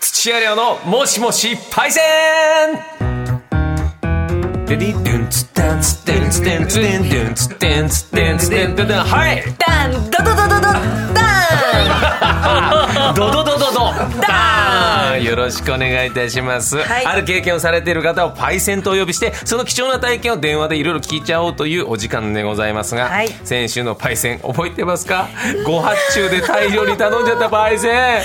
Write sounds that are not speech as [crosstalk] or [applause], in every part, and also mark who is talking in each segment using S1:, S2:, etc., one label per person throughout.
S1: シアレオのもしもしパイセンデディデンツデンツデンツデンツデンデンツデンツデンツデンツデンはい
S2: ダンドドドドドダン
S1: ドドドドドダーンよろしくお願いいたします、
S2: はい
S1: ある経験をされている方をパイセンとお呼びしてその貴重な体験を電話でいろいろ聞いちゃおうというお時間でございますが、
S2: はい
S1: 先週のパイセン覚えてますかご発注で大量に頼んじゃったパイセン、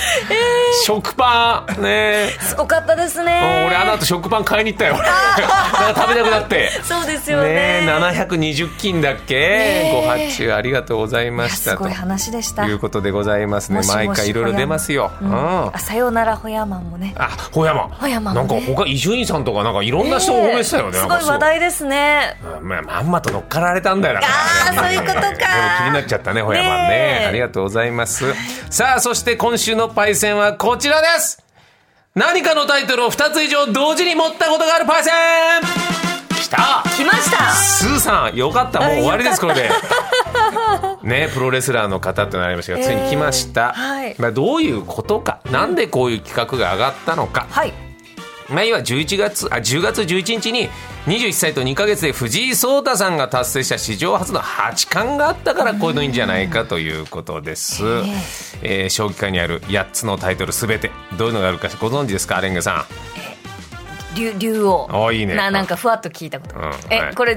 S1: 食パンねえ
S2: すごかったですね
S1: 俺あの後食パン買いに行ったよ [laughs] なんか食べたくなって
S2: そうですよ
S1: ね
S2: ね
S1: え720斤だっけ
S2: ねえ
S1: ご発注ありがとうございま
S2: いや
S1: し
S2: す
S1: た
S2: ご
S1: と
S2: い話でした
S1: いうことでございますね
S2: もしもし
S1: 毎回いろいろ出ますよ、うん
S2: あさようならホヤマンもね
S1: あ、ホヤマン。
S2: ホヤマンもね
S1: なんか他伊集院さんとかなんかいろんな人を褒めてたよね。
S2: え
S1: な
S2: えす
S1: ん
S2: ご
S1: か
S2: い話題ですね
S1: そう。まあ、まんまと乗っかられたんだよな。
S2: あーそういうことか
S1: でも気になっちゃったね、ホヤマンね。
S2: ねえ
S1: ありがとうございます。さあ、そして今週のパイセンはこちらです。何かのタイトルを2つ以上同時に持ったことがあるパイセンきた
S2: 来ました
S1: スーさん、よかった。もう終わりです、これで。ね、プロレスラーの方となりましたが、ついに来ました。
S2: はい
S1: まあ、どういうことか、なんでこういう企画が上がったのか。
S2: はい
S1: まあ、今11月あ10月11日に21歳と2か月で藤井聡太さんが達成した史上初の八冠があったからこういうのいいんじゃないかということです、えー将棋界にある8つのタイトルすべてどういうのがあるかご存知ですかアレンゲさ
S2: 竜竜王
S1: あいいね
S2: ななんかふわっと聞いたこと、
S1: うん
S2: え、
S1: はい
S2: これ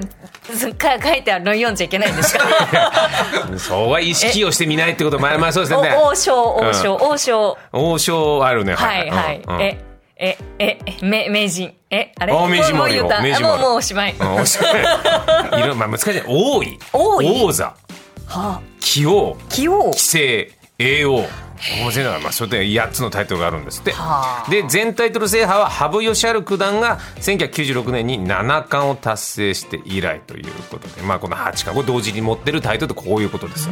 S2: すか書いてあるの読んじゃいけないんですか
S1: んそうは意識をしてみないってことまあまあそうですね
S2: お王将王将、王将
S1: 王将あるね
S2: はいはい、
S1: うんうん
S2: ええええめ名人えあれ
S1: あ名人もあるよ
S2: うう言った
S1: 名人もあ
S2: もう
S1: る
S2: もうおしまい、
S1: うん
S2: [laughs]
S1: おしゃれいろまあ難しい王位
S2: 王位
S1: 王座
S2: はあ
S1: 棋王
S2: 棋王
S1: 棋聖叡王この全まあそれで8つのタイトルがあるんですって、
S2: はあ
S1: で全タイトル制覇は羽生善治九段が1996年に七冠を達成して以来ということで、まあ、この八冠を同時に持ってるタイトルってこういうことです、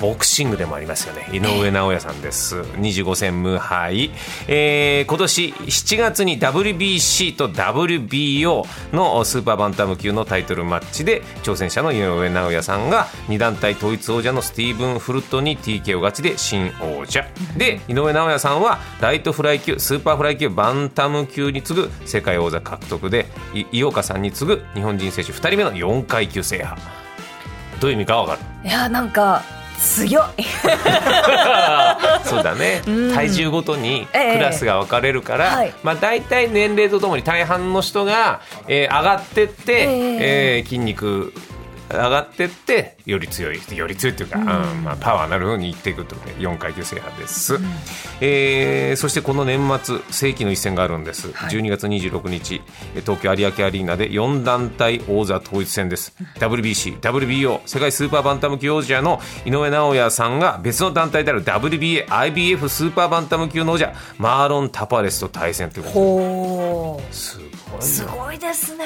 S1: ボクシングでもありますよね井上尚弥さんです25戦無敗、えー今年7月に WBC と WBO のスーパーバンタム級のタイトルマッチで挑戦者の井上尚弥さんが2団体統一王者のスティーブン・フルトに TK を勝ちで新王者で井上尚弥さんはライトフライ級スーパーフライ級バンタム級に次ぐ世界王座獲得でい井岡さんに次ぐ日本人選手2人目の4階級制覇どういう意味か
S2: [laughs]
S1: 分かる
S2: いやなんか強い
S1: そうだね、体重ごとにク
S2: ええ
S1: ラスが分かれるから、
S2: はい
S1: まあ、大体年齢とともに大半の人が、えー上がってって、えー筋肉上がってってより強いより強いっていうか、うんまあ、パワーなるようにいっていくということで4階級制覇です、えーそしてこの年末世紀の一戦があるんです、12月26日えー東京有明アリーナで4団体王座統一戦です WBC、WBO 世界スーパーバンタム級王者の井上尚弥さんが別の団体である WBA、IBF スーパーバンタム級の王者マーロン・タパレスと対戦ということ
S2: ほう
S1: です
S2: す
S1: ごいよ
S2: ごいですね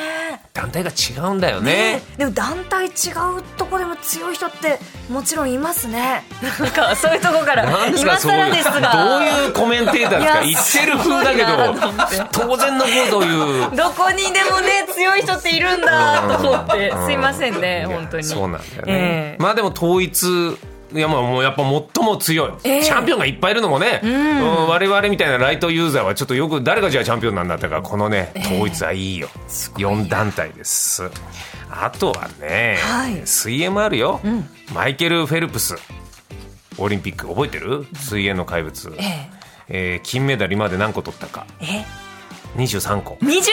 S1: 団体が違うんだよね
S2: えでも団体違うとこでも強い人ってもちろんいま
S1: [laughs]
S2: すねなんかそういうとこから
S1: なんですか
S2: 今
S1: そうい
S2: 更
S1: う
S2: ですが
S1: どういうコメンテーター
S2: いや
S1: ですか言ってる風だけ
S2: すごいな
S1: ど当然のことを言う
S2: どこにでもね強い人っているんだと思ってすいませんね
S1: いや
S2: 本当に
S1: そうなんだよ
S2: え
S1: ね、
S2: え
S1: まあでも統一いやまあもうやっぱ最も強い、
S2: ええ
S1: チャンピオンがいっぱいいるのもね、うん我々みたいなライトユーザーはちょっとよく誰がじゃあチャンピオンなんだったかこのね統一はいいよ、4団体ですあとはね、
S2: はい
S1: 水泳もあるよ、マイケル・フェルプスオリンピック覚えてる水泳の怪物、
S2: ええ
S1: えー金メダル今まで何個取ったか
S2: え
S1: 23個
S2: 23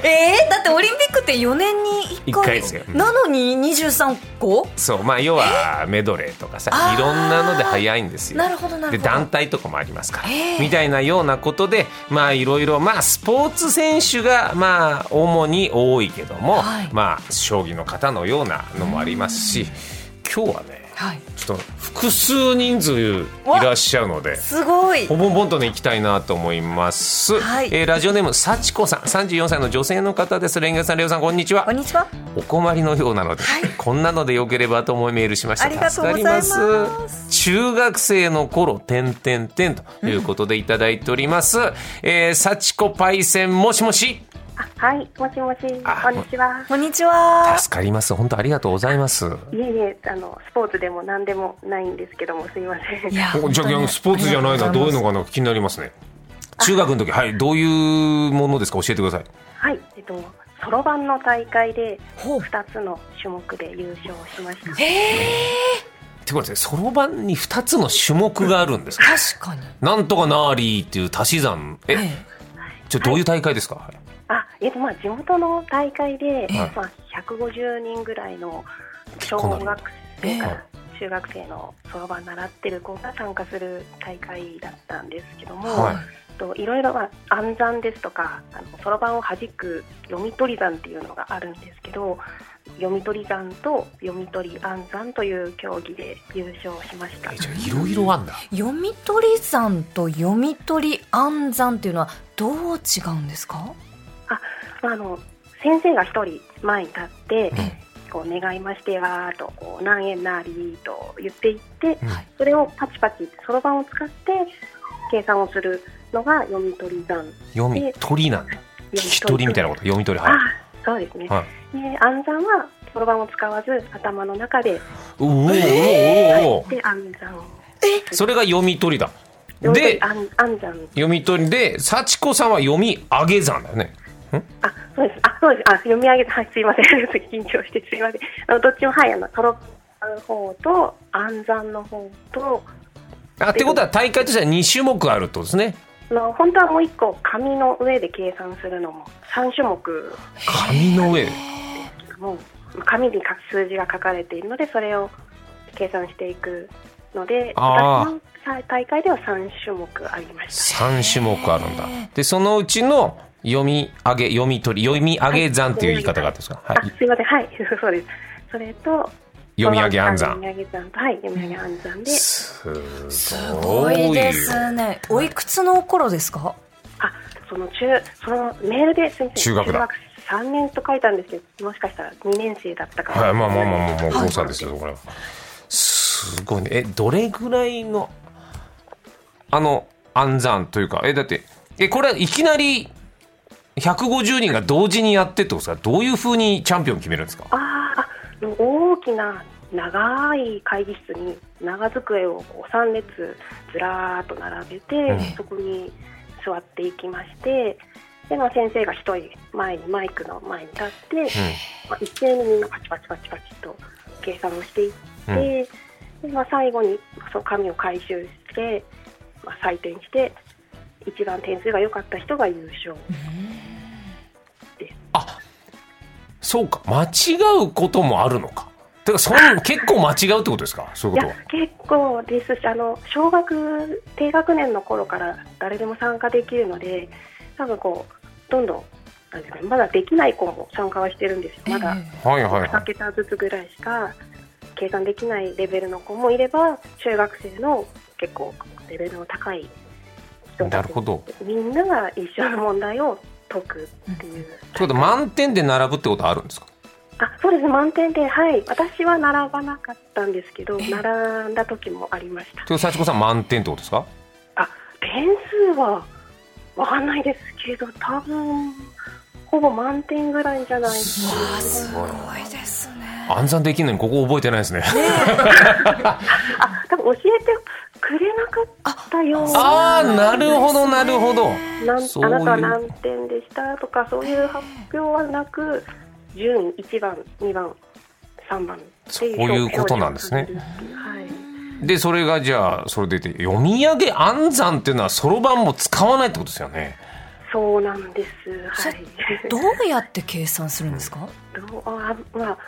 S1: [laughs]
S2: えー、だってオリンピックって4年に1回
S1: 一回ですようん
S2: なのに23個
S1: そうまあ要はメドレーとかさ
S2: あー
S1: いろんなので早いんですよ
S2: なるほどなるほど
S1: で団体とかもありますから、
S2: ええ
S1: みたいなようなことでまあいろいろまあスポーツ選手がまあ主に多いけども、
S2: はい
S1: まあ将棋の方のようなのもありますし今日はね
S2: はい
S1: ちょっと複数人数いらっしゃるのです
S2: ごい
S1: ボンボンとね行きたいなと思います、
S2: はい
S1: えーラジオネーム幸子さん34歳の女性の方ですレンゲさんレオさんこんにちは
S2: こんにちは
S1: お困りのようなので、
S2: はい
S1: こんなのでよければと思いメールしました
S2: ありがとうございます
S1: 助かります中学生の頃点点点ということでいただいております、えー、幸子パイセンもしもし
S3: あはい、もしもし、こん
S1: あ
S3: にちは。
S2: こんにちは
S1: 助かります本当ありがとうございます
S3: いえいえ、あのスポーツでも何でもないんですけども、すいません。
S2: いや
S1: じゃあスポーツじゃないなどういうのかな気になりますね中学の時、はい、どういうものですか教えてください。
S3: はい、えっと、そろばんの大会で
S2: ほう
S3: 2つの種目で優勝しました。
S1: ってことで、そろばんに2つの種目があるん
S2: [laughs]
S1: ですか
S2: 確かに
S1: なんとかなーりーっていう足し算。え、
S2: はい
S1: ちょ、どういう大会ですか、はい
S3: あ、えっと、まあ、地元の大会で、
S1: はい
S3: まあ、150人ぐらいの小学生か
S1: え
S3: ら中学生のそろばん習ってる子が参加する大会だったんですけども、
S1: はい
S3: えっといろいろまあ暗算ですとかあのそろばんを弾く読み取り算っていうのがあるんですけど読み取り算と読み取り暗算という競技で優勝しました
S1: え、じゃあいろいろあんだ。
S2: 読み取り算と読み取り暗算っていうのはどう違うんですか
S3: まあ、あの先生が一人前に立って
S1: うん
S3: こう願いましてはとこう何円なりと言っていって
S1: うん
S3: それをパチパチそろばんを使って計算をするのが読み取り算
S1: 読み取りなんだ。聞き取りみたいなこと。読み取り、
S3: あ
S1: はい。
S3: そうですね、
S1: は
S3: で暗算はそろばんを使わず頭の中で
S1: うおーおーおーおー
S3: で暗算を
S1: それが読み取りだ。
S3: 読み取り
S1: で、
S3: 暗暗算
S1: 読み取りで、幸子さんは読み上げ算だよね。
S3: あそうですあそうですあ読み上げたはいすいません [laughs] 緊張してすいませんあのどっちもはいあのそろばんの方と暗算の方と
S1: あってことは大会としては2種目あるってことですね。
S3: あの本当はもう一個紙の上で計算するのも3種目
S1: 紙の上で。
S3: もう紙にか数字が書かれているのでそれを計算していくので
S1: あー
S3: 私の大会では3種目ありました
S1: 3種目あるんだ。で、そのうちの読み上げ、読み取り、読み上げ算っていう言い方があったんですか。はい
S3: あ。すいませんはい [laughs] そうですそれと
S1: 読み上げ暗算
S3: 読。み上げ暗算はい読み上げ暗算で、
S1: す
S2: すごいですねおいくつの頃ですか
S3: あその中そのメールですみませ
S1: 中
S3: ん
S1: 学だ
S3: 3年と書いたんですけどもしかしたら2年生だったかも
S1: はい、まあまあまあまあ、もう誤差ですよ、これは。すごいね。え、どれぐらいの、あの、暗算というか、え、だって、え、これはいきなり、150人が同時にやってってことですかどういうふうにチャンピオン決めるんですか
S3: あーあ大きな長い会議室に長机をこう3列ずらーっと並べて、
S1: うん
S3: そこに座っていきましてで、まあ、先生が1人前にマイクの前に立って、まあ、一斉にみんなパチパチパチパチと計算をしていって、でまあ、最後にその紙を回収して、まあ、採点して一番点数が良かった人が優勝
S1: そうか、間違うこともあるのか。てか、そん結構間違うってことですかそう
S3: い
S1: いう
S3: や
S1: ことは。
S3: 結構ですしあの小学低学年の頃から誰でも参加できるので多分こうどんどんなんですかねまだできない子も参加はしてるんですよまだ
S2: ええ
S1: はいはいは
S3: 2
S1: い。
S3: 桁ずつぐらいしか計算できないレベルの子もいれば中学生の結構レベルの高い人
S1: な
S3: た
S1: る
S3: ち
S1: ほど。
S3: みんなが一緒の問題を解くっていう。
S1: ってことは満点で並ぶってことはあるんですか
S3: あそうです満点で、はい、私は並ばなかったんですけど、並んだ時もありました。
S1: てか、幸子さん満点ってことですか
S3: あ点数はわかんないですけど多分ほぼ満点ぐらいじゃないですか
S2: わあすごいですね
S1: 暗算できんのにここ覚えてないですね。
S3: あ多分教えてくれなかったような
S1: ああ、なるほど、なるほど。
S3: なん
S1: そういう
S3: あなたは何点でしたとかそういう発表はなく順位1番2番3番っていう
S1: そういうことなんですね
S3: 表示をされるっていうはい
S1: で、それがじゃあ、それでいて、読み上げ暗算っていうのは、そろばんも使わないってことですよね。
S3: そうなんですはい
S2: どうやって計算するんですか
S3: どうあまあ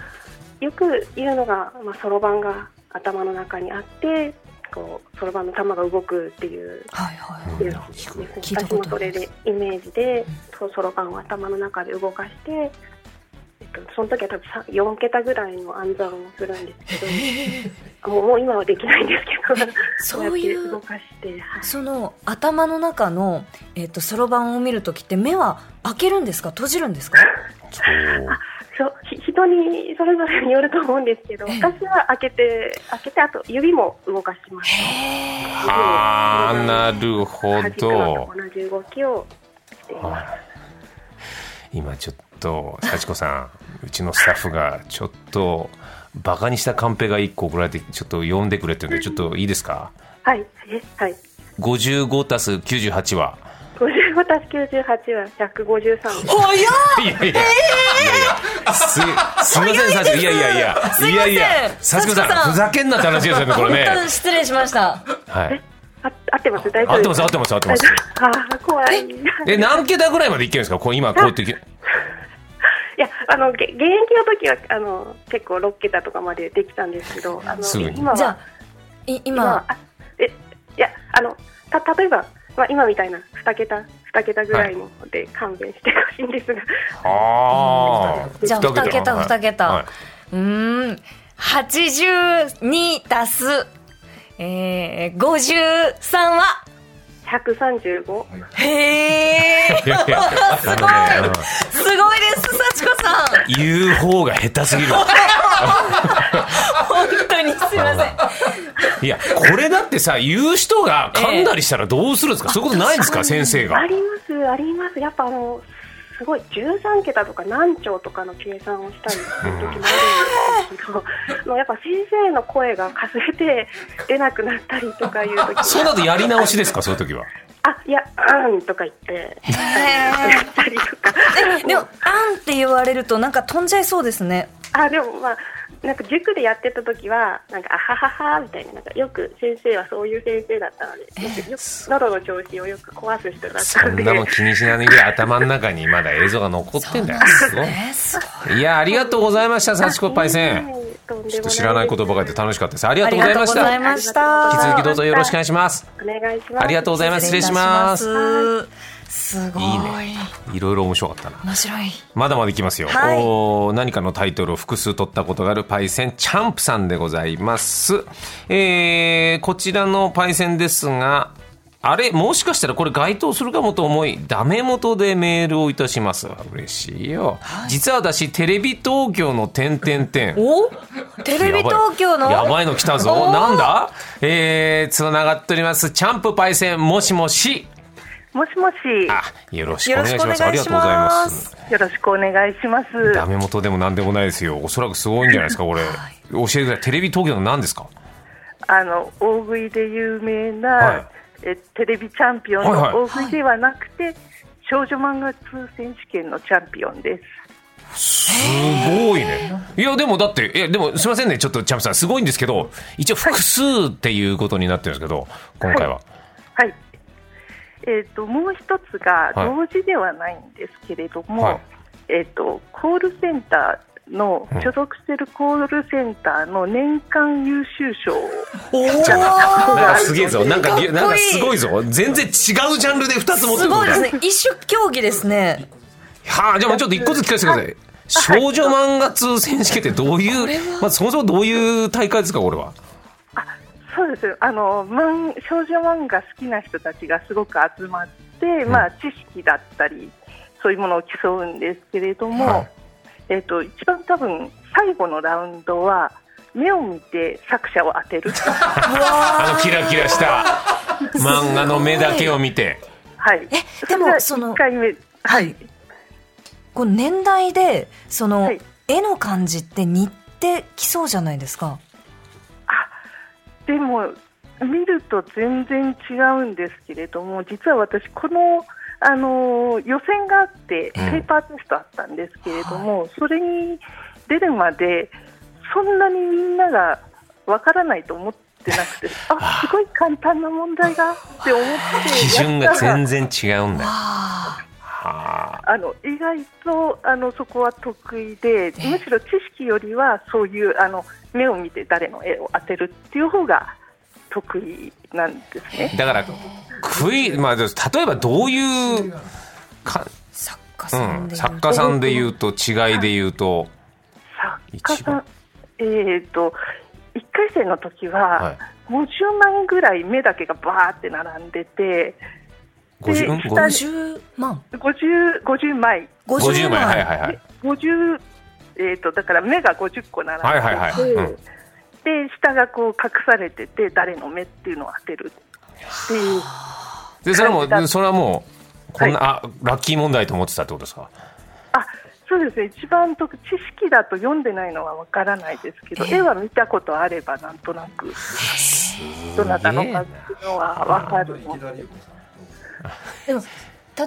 S3: よく言うのがまあそろばんが頭の中にあってこうそろばんの玉が動くっていう。
S2: はいはい
S1: うん
S3: っていうのを
S2: 聞いた
S3: 私
S2: こ
S3: も
S2: とあ
S3: そ
S2: り
S3: れ
S2: ます
S3: でイメージでそうそろばんを頭の中で動かして、えっと、その時は多分さ4桁ぐらいの暗算をするんですけど、あもうもう今はできないんですけ [laughs] ど
S2: そうい
S3: こやって動
S2: う
S3: かしてはい
S2: その頭の中のえっとそろばんを見るときって目は開けるんですか閉じるんですか
S1: そう。
S3: そうひ人にそれぞれによると思うんですけど
S2: ええ
S3: 私は開けて開けてあと指も動かします。
S1: はあ、なるほ
S3: 端っこ
S1: ど
S3: の。同じ動きをしています。
S1: 今ちょっと幸子さんうちのスタッフがちょっとバカにしたカンペが1個送られてちょっと読んでくれってるんでちょっといいですか
S3: はい、え、はい。
S1: 55たす98は
S3: ご私98は153です。
S2: 早っ
S1: いやいやいやいやす [laughs] すみません、さちこいやいやいや、
S2: すいま
S1: や
S2: せん
S1: いや、さちこさ
S2: 幸子さ
S1: ん、
S2: ん
S1: ふざけんなって話ですよね、こ
S2: 本
S1: れね。
S2: 当に失礼しました。
S1: はい。
S3: あ合ってます大丈夫
S1: 合ってます、合ってます、合ってます。
S3: あー怖い。い
S1: え、何桁ぐらいまでいけるんですかこう今、こうやってき。
S3: や、あの、げ現役の時は、あの、結構6桁とかまでできたんですけど、あの、
S1: すぐに
S3: 今は、
S2: じゃあ、い
S3: 今
S2: 今、
S3: はあえ、いや、あの、た、例えば、まあ、今みたいな2桁、2桁ぐらいので勘弁してほしいんですが、
S1: ああ。
S2: じゃあ
S1: 二
S2: 二桁
S1: はい
S2: 二桁
S1: はいう
S2: ーん、82足す、えー、53は、
S3: 135。
S2: へー
S1: いやいや
S2: すごい
S1: あのね
S2: すごいです、幸子さん
S1: 言う方が下手すぎ
S2: [laughs]
S1: る。
S2: 本当にすいま
S1: [laughs]
S2: せん。
S1: いや、これだってさ、言う人が噛んだりしたらどうするんですか、そういうことないんですか先生が
S3: あ。ります、あります。やっぱあの、すごい13桁とか何兆とかの計算をしたりする時もあるんですけど、あの [laughs] やっぱ先生の声がかすれて出なくなったりとかいう時
S1: そうなるとやり直しですかそういう時は。
S3: あ、いや、うんとか言って、やったりとか。 [laughs]
S2: でも、あんって言われると、なんか飛んじゃいそうですね。
S3: あ、でもまあ、なんか塾でやってた時は、なんか、あはははみたいな、なんかよく先生はそういう先生だったので、よく喉の調子をよく壊す人だった
S1: そ
S3: ので。
S1: んなもん
S3: [laughs]
S1: 気にしないぐらい頭の中にまだ映像が残ってんだよ。すごい。
S2: えー、すごい。
S1: いや、ありがとうございました、幸子パイセン。
S3: ン
S1: ちょっと知らないことばかりで楽しかったです。ありが
S2: あ
S1: と
S2: り
S1: うござ
S2: が
S1: い
S2: とう
S1: ま
S2: ご
S1: し
S2: ざい
S1: た。
S2: ました。
S1: 引き続きどうぞよろしくお願いします。
S3: お願いします。
S1: ありがとうございます。失礼します。
S2: す。すごい。
S1: いいね。いろいろ面白かったな。
S2: 面白い。
S1: まだまだいきますよ、
S2: はい
S1: おー何かのタイトルを複数取ったことがあるパイセンチャンプさんでございます、えー、こちらのパイセンですがあれもしかしたらこれ該当するかもと思いダメ元でメールをいたします嬉しいよ、実は私テレビ東京の点々点
S2: おテレビ東京の
S1: やばいの来たぞ
S2: おー
S1: なんだえー、つながっておりますチャンプパイセンもしもし
S3: もしもし、
S1: あよろしくお願いし
S2: よろ
S1: ま
S2: し
S1: す
S2: くお願
S1: あり
S2: いします
S1: がとうございます
S3: よろしくお願いします。
S1: ダメ元でも何でもないですよ。おそらくすごいんじゃないですか、これ。教えてください。テレビ東京の何ですか
S3: あの大食いで有名な、
S1: はい
S3: えテレビチャンピオン
S1: はいはい
S3: の大食いではなくて、少女漫画通選手権のチャンピオンです。
S1: すごいね。いや、でもだって、いや、でもすいませんね、ちょっとチャンプさん、すごいんですけど、一応複数っていうことになってるんですけど、今回は。
S3: はい。えっ、ともう一つが
S1: はい
S3: 同時ではないんですけれども、
S1: はい
S3: えっ、とコールセンターの
S1: ん
S3: 所属しているコールセンターの年間優秀賞を、
S2: おー
S1: なんかすげえぞ。なんか、
S2: かっこいい
S1: なんかすごいぞ。全然違うジャンルで2つ持って
S2: す
S1: る
S2: ごいです
S1: ね。
S2: ね。一種競技ですね。
S1: はあ、じゃあもうちょっと1個ずつ聞かせてください。少女漫画通選手権ってどういう、まあ、そもそもどういう大会ですか、これは。
S3: そうですあの漫少女漫画好きな人たちがすごく集まって、まあ、知識だったりそういうものを競うんですけれども、
S1: はい
S3: えっと一番多分最後のラウンドは目を見て作者を当てる、
S1: あの、キラキラした [laughs] 漫画の目だけを見て。
S3: はい、
S2: えでも
S3: れが
S2: その
S3: 1回目はい。
S2: こう年代で、その、
S3: はい
S2: 絵の感じって似てきそうじゃないですか。
S3: でも見ると全然違うんですけれども実は私この、あのー予選があってペ
S1: うん
S3: ーパーテストあったんですけれども、それに出るまでそんなにみんながわからないと思ってなくてあすごい簡単な問題だって思って
S1: 基準
S3: や
S1: が
S3: ったら
S1: 全然違うんだよ。
S2: あ
S1: はあ。
S3: あの意外とあのそこは得意でむしろ知識よりはそういうあの目を見て誰の絵を当てるっていう方が得意なんですね。
S1: だから、クイまあ、例えばどういうか、
S2: ー作家
S1: う
S2: さん
S1: ん、
S2: で言うと。
S1: 作家さんで言うと、違いで言うと、
S3: 作家さん、えー、と1回戦の時
S1: は
S3: はい50枚ぐらい目だけがバーって並んでて
S1: 50、うん
S3: で
S1: 50
S2: 50万。
S3: 50, 50枚
S1: 50枚、はいはいは
S3: で
S1: い。
S3: 50、えー、とだから目が50個並んでて、
S1: はいはいはいうん
S3: で下がこう隠されてて誰の目っていうのを当てるっていう
S1: で、それ
S3: 感じだ
S1: も、それはもう、こんな、あ、ラッキー問題と思ってたってことですか
S3: あそうですね一番と知識だと読んでないのはわからないですけど、
S2: ええ
S3: 絵は見たことあればなんとなくどなたのかっていうのはわかるので
S4: いきなり
S2: でも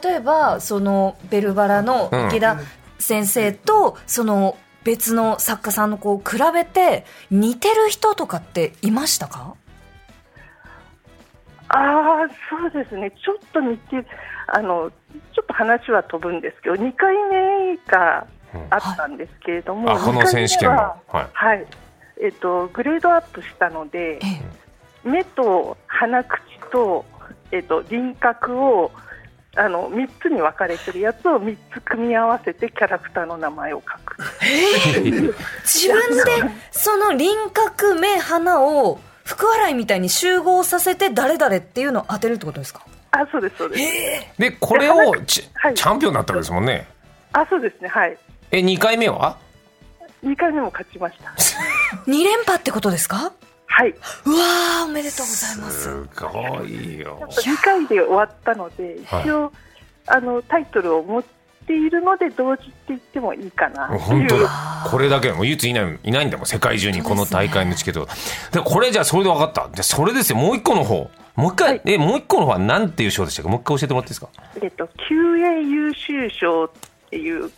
S2: 例えばそのベルバラの
S1: うん
S2: 池田先生とその別の作家さんのこう比べて似てる人とかっていましたか
S3: ああ、そうですね。ちょっと似て、あの、ちょっと話は飛ぶんですけど、2回目があったんですけれども、
S1: あこの選手権の
S3: 二回目は
S1: はい
S3: はい。えっと、グレードアップしたので、
S2: ええ
S3: 目と鼻口と、えっと、輪郭を、あの、3つに分かれてるやつを3つ組み合わせてキャラクターの名前を書く。
S2: 自分でその輪郭目鼻を福笑いみたいに集合させて誰々っていうのを当てるってことですか
S3: あ、そうです、そうです。
S1: でこれをチ,、
S3: はい
S1: チャンピオンになったわけですもんね
S3: あ、そうですね、はい。
S1: え2回目は
S3: 2回目も勝ちました。
S2: 2連覇ってことですか
S3: はい。
S2: うわーおめでとうございます
S1: すごいよ
S3: 2回で終わったので、
S1: はい
S3: 一応、あのタイトルを持っているので、同時って言ってもいいかなってい
S1: 本
S3: う
S1: 当だこれだけもう唯一いないいないんだもん世界中にこの大会のチケットがでこれじゃあそれで分かったじゃあそれですよもう一個の方もう一回、
S3: はい
S1: えもう一個の方は何ていう賞でしたかもう一回教えてもらっていいですか
S3: えっと、QA 優秀賞っていう、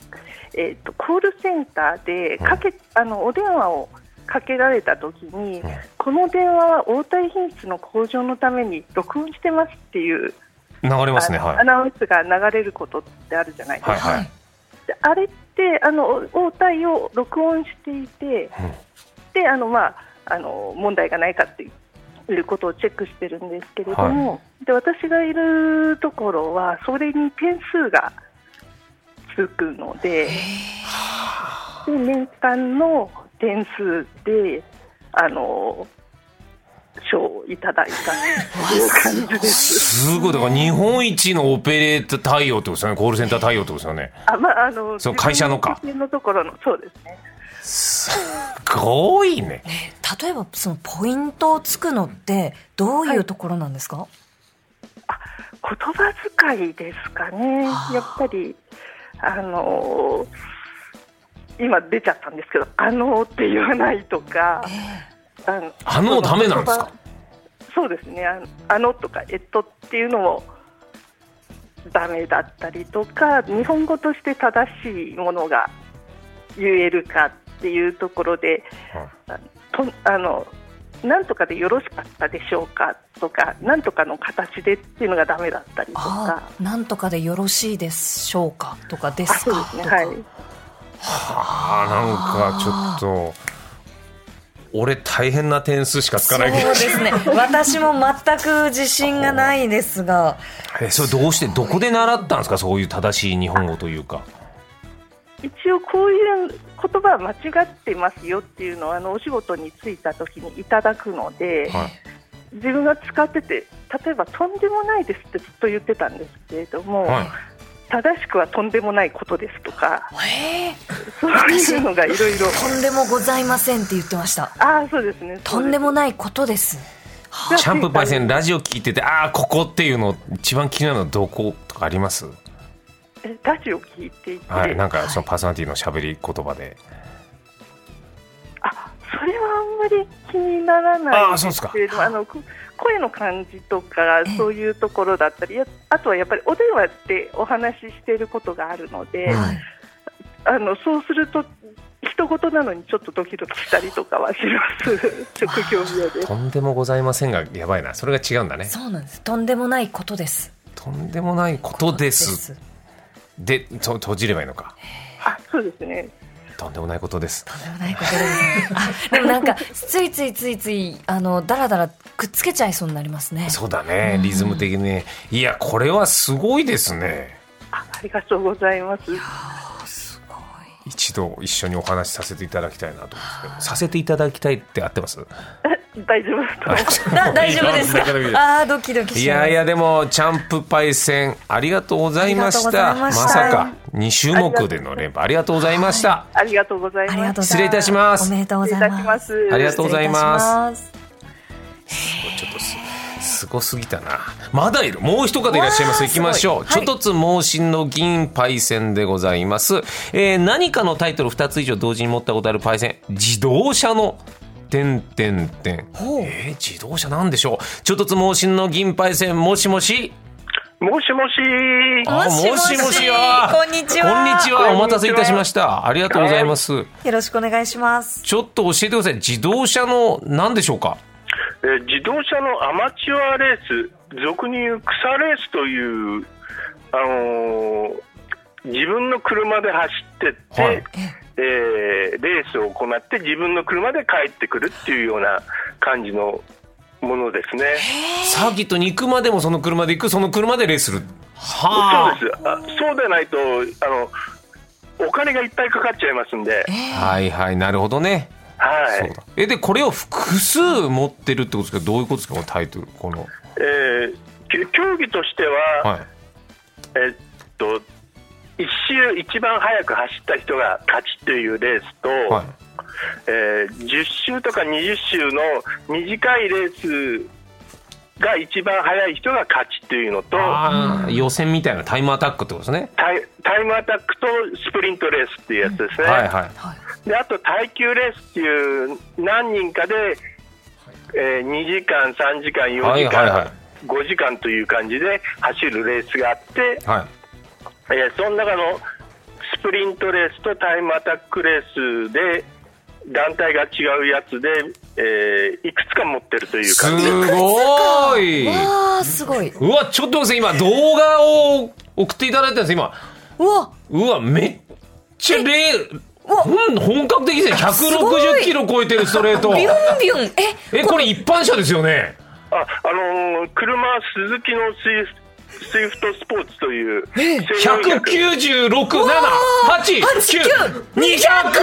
S3: えっと、コールセンターでかけ、あのお電話をかけられたときに、
S1: ん
S3: この電話は応対品質の向上のために録音してますっていう
S1: 流れますね
S3: あの
S1: はい
S3: アナウンスが流れることってあるじゃないですか。
S1: はいはい、
S2: はい
S3: であれってあの応対を録音していて、であのまああの問題がないかっていうことをチェックしてるんですけれども、で私がいるところはそれに点数がつくので、で年間の点数であの賞をいただいたという感じです。
S1: すごいだから日本一のオペレーター対応ってことですよねコールセンター対応ってことですよね
S3: あまああの
S1: そう会社のか
S3: 自分のところのそうですね。
S1: すごいね
S2: 例えばそのポイントをつくのってどういうところなんですか、
S3: 言葉遣いですかね、やっぱり、あのー今出ちゃったんですけど、あのーって言わないとか、あの
S1: あのダメなんですか
S3: そうですね、あのあのとか、えっとっていうのもダメだったりとか、日本語として正しいものが言えるかっていうところで、とあのなんとかでよろしかったでしょうかとか、なんとかの形でっていうのがダメだったりとか
S2: あ。あなんとかでよろしいでしょうかとかで
S3: あ
S2: す
S3: そ
S2: か
S3: うですね
S2: とか
S3: はい
S1: あーなんかちょっと俺大変な点数しかつかないけ
S2: そ
S1: ど
S2: うですね私も全く自信がないですが
S1: えそれどうしてどこで習ったんですかそういう正しい日本語というか
S3: 一応こういう言葉は間違ってますよっていうのをあのお仕事に就いた時にいただくので、
S1: はい
S3: 自分が使ってて例えばとんでもないですってずっと言ってたんですけれども、
S1: はい
S3: 正しくはとんでもないことですとか
S2: へえ
S3: そういうのがいろいろ
S2: とんでもございませんって言ってました
S3: ああそうですね
S2: とんで
S3: も
S2: もないことです
S1: シャンプーパイセンラジオ聞いててああここっていうの一番気になるのはどことかあります
S3: ラジオ聞いていて、
S1: はいなんかそのパーソナリティのしゃべり言葉で
S3: あそれはあんまり気にならない
S1: あそうですか
S3: けれどもあのこ声の感じとかそういうところだったりやあとはやっぱりお電話でお話ししていることがあるので、
S1: はい
S3: あのそうすると人事なのにちょっとドキドキしたりとかはします
S1: [laughs]
S3: 職業病で。
S1: とんでもございませんがやばいなそれが違うんだね
S2: そうなんですとんでもないことです
S1: とんでもないことですでと閉じればいいのか
S3: あそうですね
S1: とんでもないことです
S2: とんでもないことですあでもなんかついついついついあのだらだらくっつけちゃいそうになりますね
S1: そうだねリズム的にねいやこれはすごいですね
S3: あありがとうございます
S2: すごい
S1: 一度一緒にお話しさせていただきたいなと思うんですけどさせていただきたいって合ってます
S3: 大丈夫ですか
S2: だ大丈夫です
S1: いいよいいよ
S2: かああドキドキ
S1: い
S2: しま
S1: や
S2: す
S1: いやでもチャンプパイセンありがとうございまし
S2: あ
S1: た
S2: り
S1: ま
S2: がとうございました
S1: さか2種目での連覇ありがとうございました
S3: ありがとうございま
S2: あ
S3: す
S2: りがとうございます
S1: 失礼いたします
S2: おめでとうござい
S3: 失礼いたし
S2: ま。
S3: ますす
S1: ありがとうございますちょっとすすごすぎたなまだいるもう一方いらっしゃいます
S2: わあ
S1: 行きましょう
S2: す
S1: ち
S2: ご
S1: ょ
S2: い
S1: っとつ盲信の銀パイセンでございます、えー何かのタイトル2つ以上同時に持ったことあるパイセン自動車の点点点
S2: ほう
S1: えー自動車なんでしょうちょっとつ盲信の銀パイセンもしもし
S5: もしもし。
S1: あもしもしあ
S2: こんにち
S1: こん
S2: は
S1: にちは。お待たせいたしました。ありがとうございます。
S2: よろしくお願いします
S1: ちょっと教えてください。自動車の何でしょうか
S5: えー自動車のアマチュアレース、俗に言う草レースという、あのー自分の車で走ってって、
S1: はい
S5: えーレースを行って自分の車で帰ってくるっていうような感じのものですね。
S1: サーキットに行くまでもその車で行く、その車でレースする。はあ
S5: そうですあそうでないとあのお金がいっぱいかかっちゃいますんで、
S1: はいはい、なるほどね。
S5: は
S1: そう
S5: い
S1: だえでこれを複数持ってるってことですけどどういうことですかこのタイトルこの、
S5: えーき競技としては、
S1: はい、
S5: えっと一周一番早く走った人が勝ちというレースと、
S1: はい、
S5: えー10周とか20周の短いレースが一番早い人が勝ちというのと
S1: あー予選みたいなタイムアタックってことですね
S5: タイタイムアタックとスプリントレースっていうやつですね。
S1: はいはい
S5: であと耐久レースっていう何人かで、えー2時間、3時間、4時間、
S1: はいはいはい
S5: 5時間という感じで走るレースがあって、
S1: はい
S5: えーその中のスプリントレースとタイムアタックレースで団体が違うやつで、えーいくつか持ってるという
S1: す
S5: 感じ
S1: ごい
S2: わあすごいう
S1: わちょっと待ってください今動画を送っていただいたんです今
S2: うわ
S1: うわめっちゃレ
S2: わ
S1: 本本格的ですね
S2: すごい
S1: 160キロ超えてるストレート
S2: ビュンビュンえ
S1: えこれ一般車ですよね
S5: あ、あのー車は鈴木のスイフスイフトスポーツという1400
S1: 196、7、8、9、200!
S2: まだ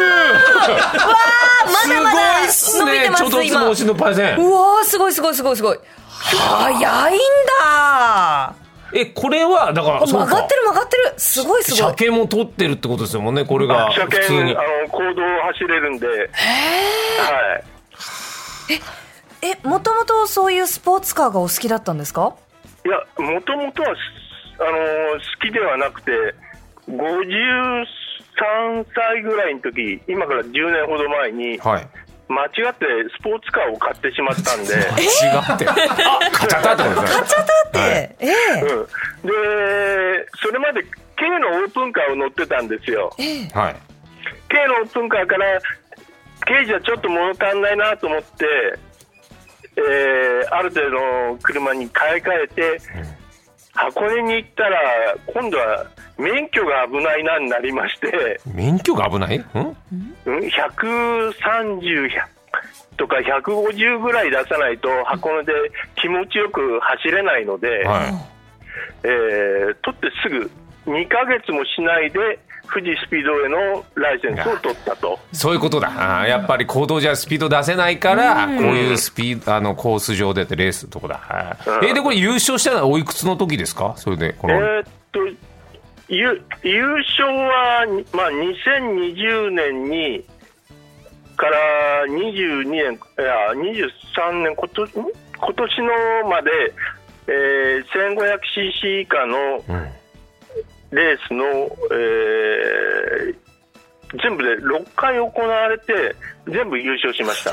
S2: まだ
S1: すごいっすね。ちょ
S2: 伸
S1: う
S2: びてま
S1: ど
S2: す
S1: つぼ押しのパイセン。
S2: うわーすごいすごいすごいすごい早いんだ
S1: え、これは、だから、
S2: 曲
S1: そう
S2: が
S1: か
S2: って。る曲がってるすごいすご
S1: 車
S2: い
S1: 検も取ってるってことですよもんね、これが。
S5: 車
S1: 普
S5: 検
S1: 通に
S5: あ。の公道を走れるんで、はい、
S2: えもともとそういうスポーツカーがお好きだったんですか
S5: いや、もともとはすあのー好きではなくて、53歳ぐらいの時今から10年ほど前に、
S1: はい。
S5: 間違ってスポーツカーを買ってしま [laughs] ったんで、
S1: 違っ
S2: [laughs]
S1: て。あ、カチャカってことですね。
S2: ちゃだって、ええ
S5: うん、でそれまで K のオープンカーを乗ってたんですよ。
S1: はい。
S5: K のオープンカーから、K じゃちょっと物足んないなと思って、えーある程度の車に買い替えて、箱根に行ったら、今度は免許が危ないなになりま [laughs] して、
S1: 免許が危ないん
S5: うん130とか150ぐらい出さないと、箱根で気持ちよく走れないので、
S1: は
S5: えー取ってすぐ、2ヶ月もしないで、富士スピードウェイのライセンスを取ったと。
S1: い。そういうことだ。あーやっぱり行動じゃスピード出せないから、こういうスピード、あの、コース上でってレースのとこだ。はいえ、で、これ優勝したのはおいくつの時ですかそれで、この。
S5: えーっとゆ優勝は、にまあ、2020年にから22年いや23年今年ん今年のまで、えー 1500cc 以下の
S1: うん
S5: レースの、えー全部で6回行われて全部優勝しました。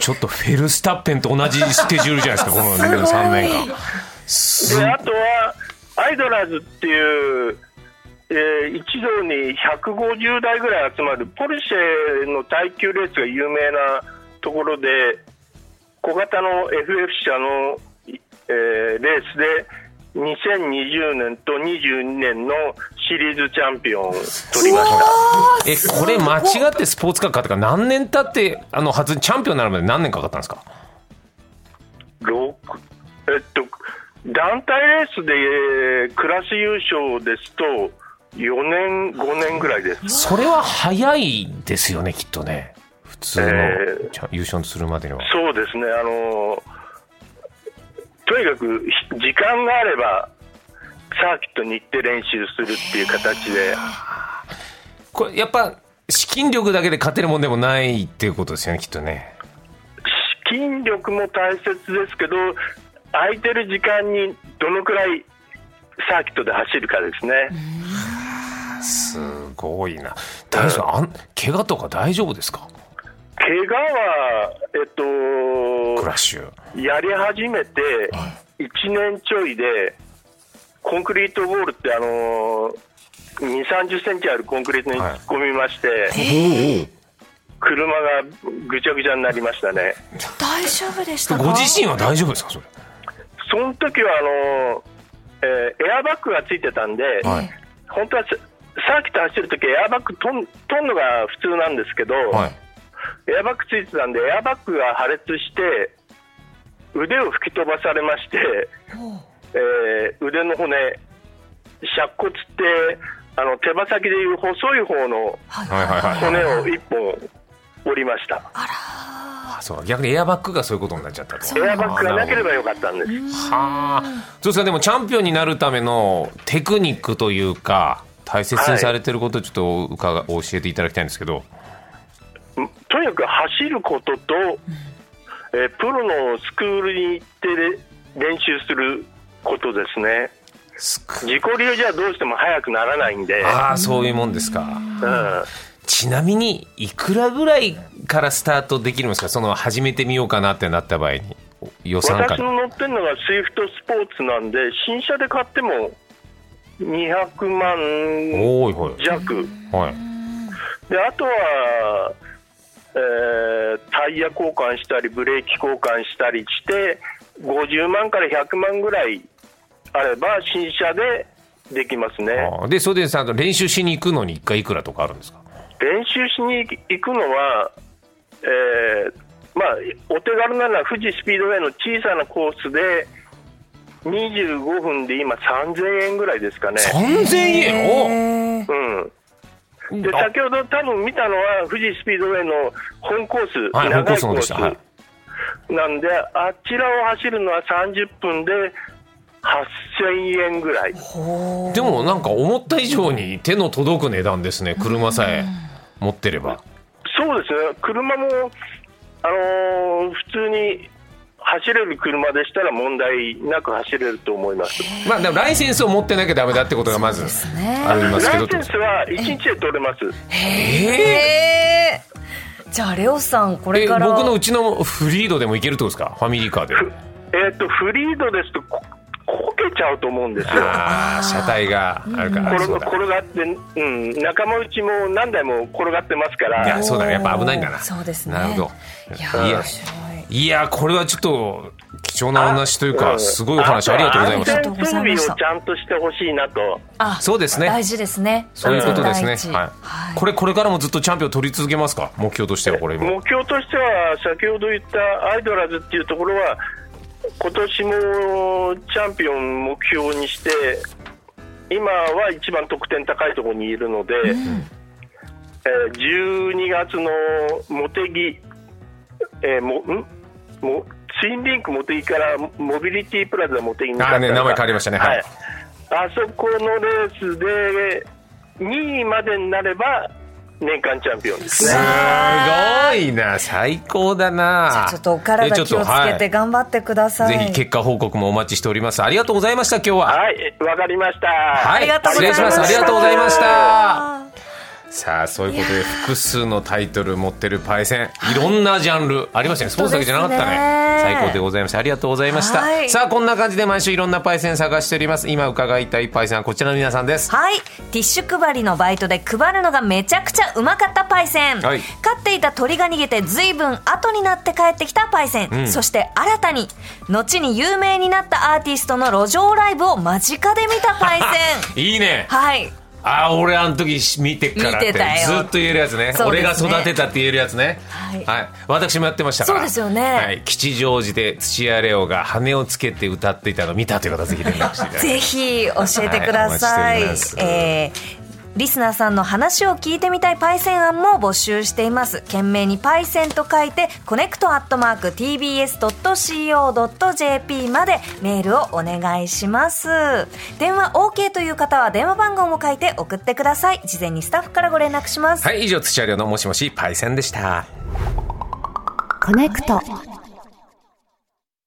S1: ちょっとフェルスタッペンと同じスケジュールじゃないですか、この3年間。す
S5: であとはアイドラーズっていう、えー一堂に150台ぐらい集まるポルシェの耐久レースが有名なところで小型の FF 車の、いえーレースで2020年と22年のシリーズチャンピオンを取りました
S1: え、これ間違ってスポーツカー買ったから何年経って、あの、初チャンピオンになるまで何年かかったんですか
S5: 六えっと、団体レースで、えークラス優勝ですと4年5年ぐらいです
S1: それは早いですよね、きっとね。普通の、
S5: えー
S1: ちゃん優勝するまでには。
S5: そうですね、あのとにかくひ時間があれば、サーキットに行って練習するっていう形で、
S1: これ、やっぱ、資金力だけで勝てるもんでもないっていうことですよね、きっとね。
S5: 資金力も大切ですけど、空いてる時間にどのくらいサーキットで走るかですね、
S1: すごいな。大丈夫あん、怪我とか大丈夫ですか
S5: 怪我は、えっ
S1: クラ
S5: と、
S1: ッシュ。
S5: やり始めて1年ちょいで、コンクリートウォールって、あのー2、30センチあるコンクリートに突っ込みまして、車がぐちゃぐちゃになりましたね。
S2: 大丈夫でしたか
S1: ご自身は大丈夫ですかそれ
S5: その時はあの、えーエアバッグがついてたんで、
S1: はい
S5: 本当はササーキット走る時エアバッグとんとんのが普通なんですけど、
S1: はい
S5: エアバッグついてたんでエアバッグが破裂して腕を吹き飛ばされまして、えー腕の骨尺骨ってあの手羽先でいう細い方の
S1: はいはいはい
S5: 骨を1本折りました
S1: あそう逆にエアバッグがそういうことになっちゃったと
S5: エアバッグがなけれ
S1: ば
S5: ばよかったんです
S1: はあそうですかでもチャンピオンになるためのテクニックというか大切にされてることをちょっと伺い教えていただきたいんですけど
S5: とにかく走ることと、えープロのスクールに行ってれ練習することですね
S1: すく
S5: 自己流じゃどうしても速くならないんで、
S1: ああそういうもんですか
S5: うん、
S1: ちなみにいくらぐらいからスタートできるんですかその始めてみようかなってなった場合にお予算か
S5: 私の乗ってるのがスイフトスポーツなんで新車で買っても200万
S1: おいはい
S5: 弱
S1: はい
S5: であとは、えータイヤ交換したりブレーキ交換したりして50万から100万ぐらいあれば新車でできますね
S1: あーでそれでさ練習しに行くのに一回いくらとかあるんですか
S5: 練習しに行くのは、えーまあ、お手軽なのは富士スピードウェイの小さなコースで25分で今3000円ぐらいですかね、
S1: 3000円
S2: えー
S5: うん、
S1: お
S5: で
S1: あ
S5: 先ほど多分見たのは富士スピードウェイの本コース、
S1: はい
S5: 長い
S1: 本コース
S5: コース
S1: の方でしたはい
S5: なんであちらを走るのは30分で8000円ぐらい
S1: でもなんか思った以上に手の届く値段ですね車さえ持ってれば
S5: そうですね車も、あのー普通に走れる車でしたら問題なく走れると思います
S1: まあでもライセンスを持ってなきゃダメだってことがまず
S2: ですね
S1: あり
S5: ラ
S1: ま
S5: イ
S1: すけど
S5: センスは1日で取れます
S1: え
S2: えーじゃあレオさんこ
S1: ー、え
S2: れから
S1: 僕のうちのフリードでも行けるってことですかファミリーカーで
S5: えっ、とフリードですとここけちゃうと思うんですよ
S1: ああ車体があるから
S5: 転
S1: そう
S5: が
S1: だ
S5: 転がって、うん、仲間内も何台も転がってますか
S1: い
S5: ら
S1: やそうだねやっぱ危ないんだな
S2: そうですね
S1: なるほど
S2: いや
S1: いや
S2: 面白い
S1: いやこれはちょっと貴重なお話というかすごいお話ありがとうございま
S2: あ
S1: す
S2: と
S5: 安全装備をちゃんとしてほしいなと
S2: あ
S1: そうですね
S2: 大事ですね
S1: そういうことですね
S2: 安全第、一
S1: はい、こ
S2: これ
S1: れこれからもずっとチャンピオン取り続けますか目標としてはこれも
S5: 目標としては先ほど言ったアイドラズっていうところは今年もチャンピオン目標にして今は一番得点高いところにいるので、えー12月の茂木、えーもんもツインリンク茂木からモビリティプラザ茂木に
S1: あーね名前変わりましたねは
S5: はいい、あそこのレースで2位までになれば年間チャンピオンですね。
S1: すごいな最高だな
S2: ちょっとお体気をつ
S1: えちょっとは
S2: けて
S1: い
S2: 頑張ってください、
S1: ぜひ結果報告もお待ちしておりますありがとうございました今日は
S5: はい、わかりました。
S1: は
S2: ありがとうございました
S1: 失礼しますありがとうございましたさあそういうことで複数のタイトル持ってるパイセンいろんなジャンルありましたねスポーツだけじゃなかった
S2: 本当
S1: ね
S2: ですね
S1: 最高でございましたありがとうございました、
S2: はい
S1: さあこんな感じで毎週いろんなパイセン探しております今伺いたいパイセンはこちらの皆さんです
S2: はい。ティッシュ配りのバイトで配るのがめちゃくちゃうまかったパイセン。
S1: はい
S2: 飼っていた鳥が逃げて随分後になって帰ってきたパイセン。そして新たに、後に有名になったアーティストの路上ライブを間近で見たパ
S1: [laughs]
S2: イセン。
S1: いいね
S2: はい。
S1: ああ俺あの時見てっからって
S2: 見てたよ
S1: ずっと言えるやつね
S2: そう
S1: 俺
S2: ですね
S1: が育てたって言えるやつね
S2: はい
S1: 私もやってましたから
S2: そうですよね
S1: はい、吉祥寺で土屋レオが羽をつけて歌っていたのを見たという方ぜひ連絡していただきたい
S2: ぜひ教えてください。
S1: はいお待ちしております
S2: えーリスナーさんの話を聞いてみたいパイセン案も募集しています。懸命にパイセンと書いて、コネクトアットマーク tbs.co.jp までメールをお願いします。電話 OK という方は電話番号も書いて送ってください。事前にスタッフからご連絡します。
S1: はい以上土屋レオのもしもしパイセンでした
S6: コネクト。コネクト